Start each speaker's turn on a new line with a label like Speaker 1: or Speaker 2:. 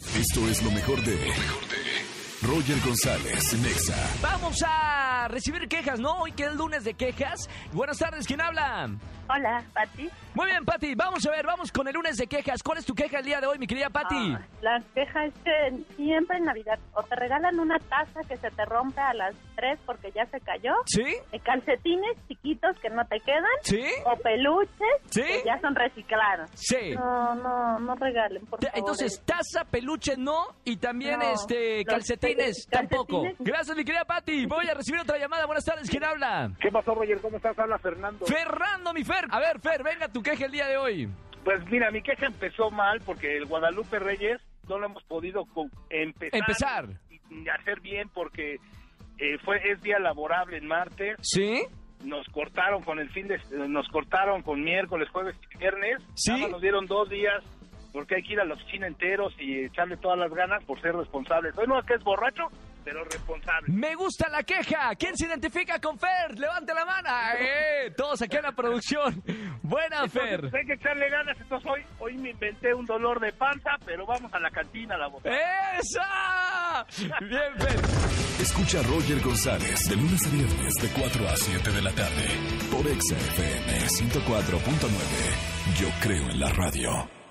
Speaker 1: Esto es lo mejor de. Roger González, Nexa.
Speaker 2: Vamos a recibir quejas, ¿no? Hoy que es lunes de quejas. Buenas tardes, ¿quién habla?
Speaker 3: Hola, Pati.
Speaker 2: Muy bien, Pati, vamos a ver, vamos con el lunes de quejas. ¿Cuál es tu queja el día de hoy, mi querida Pati?
Speaker 3: Ah, la queja es que siempre en Navidad o te regalan una taza que se te rompe a las 3 porque ya se cayó,
Speaker 2: ¿Sí?
Speaker 3: de calcetines chiquitos que no te quedan,
Speaker 2: ¿Sí?
Speaker 3: o peluches
Speaker 2: ¿Sí?
Speaker 3: que ya son reciclados.
Speaker 2: Sí.
Speaker 3: No, no, no regalen, por
Speaker 2: Te-
Speaker 3: favor.
Speaker 2: Entonces, taza, peluche, no. Y también
Speaker 3: No,
Speaker 2: este
Speaker 3: los
Speaker 2: calcetines,
Speaker 3: calcetines.
Speaker 2: tampoco. Gracias, mi querida Pati. Voy a recibir otra llamada. Buenas tardes, ¿quién habla?
Speaker 4: ¿Qué pasó, Roger? ¿Cómo estás? Habla Fernando.
Speaker 2: Ferrando, mi Fer. A ver, Fer, venga tu queja el día de hoy.
Speaker 4: Pues mira, mi queja empezó mal porque el Guadalupe Reyes no lo hemos podido co- empezar,
Speaker 2: Empezar.
Speaker 4: y hacer bien porque eh, fue es día laborable en martes.
Speaker 2: ¿Sí?
Speaker 4: Nos cortaron con el fin de eh, nos cortaron con miércoles, jueves y viernes.
Speaker 2: Sí.
Speaker 4: Nada más nos dieron dos días porque hay que ir a la oficina enteros y echarle todas las ganas por ser responsables. Soy no es que es borracho, pero responsable.
Speaker 2: Me gusta la queja. ¿Quién se identifica con Fer? Levante la mano. ¡Eh! Todos aquí en la producción. Buena, Fer.
Speaker 4: Entonces, pues, hay que echarle ganas, entonces hoy, hoy me inventé un dolor de panza, pero vamos a la cantina, la boca.
Speaker 2: ¡Esa! Bien, Fer.
Speaker 1: Escucha a Roger González de lunes a viernes de 4 a 7 de la tarde por Exa FM 104.9. Yo creo en la radio.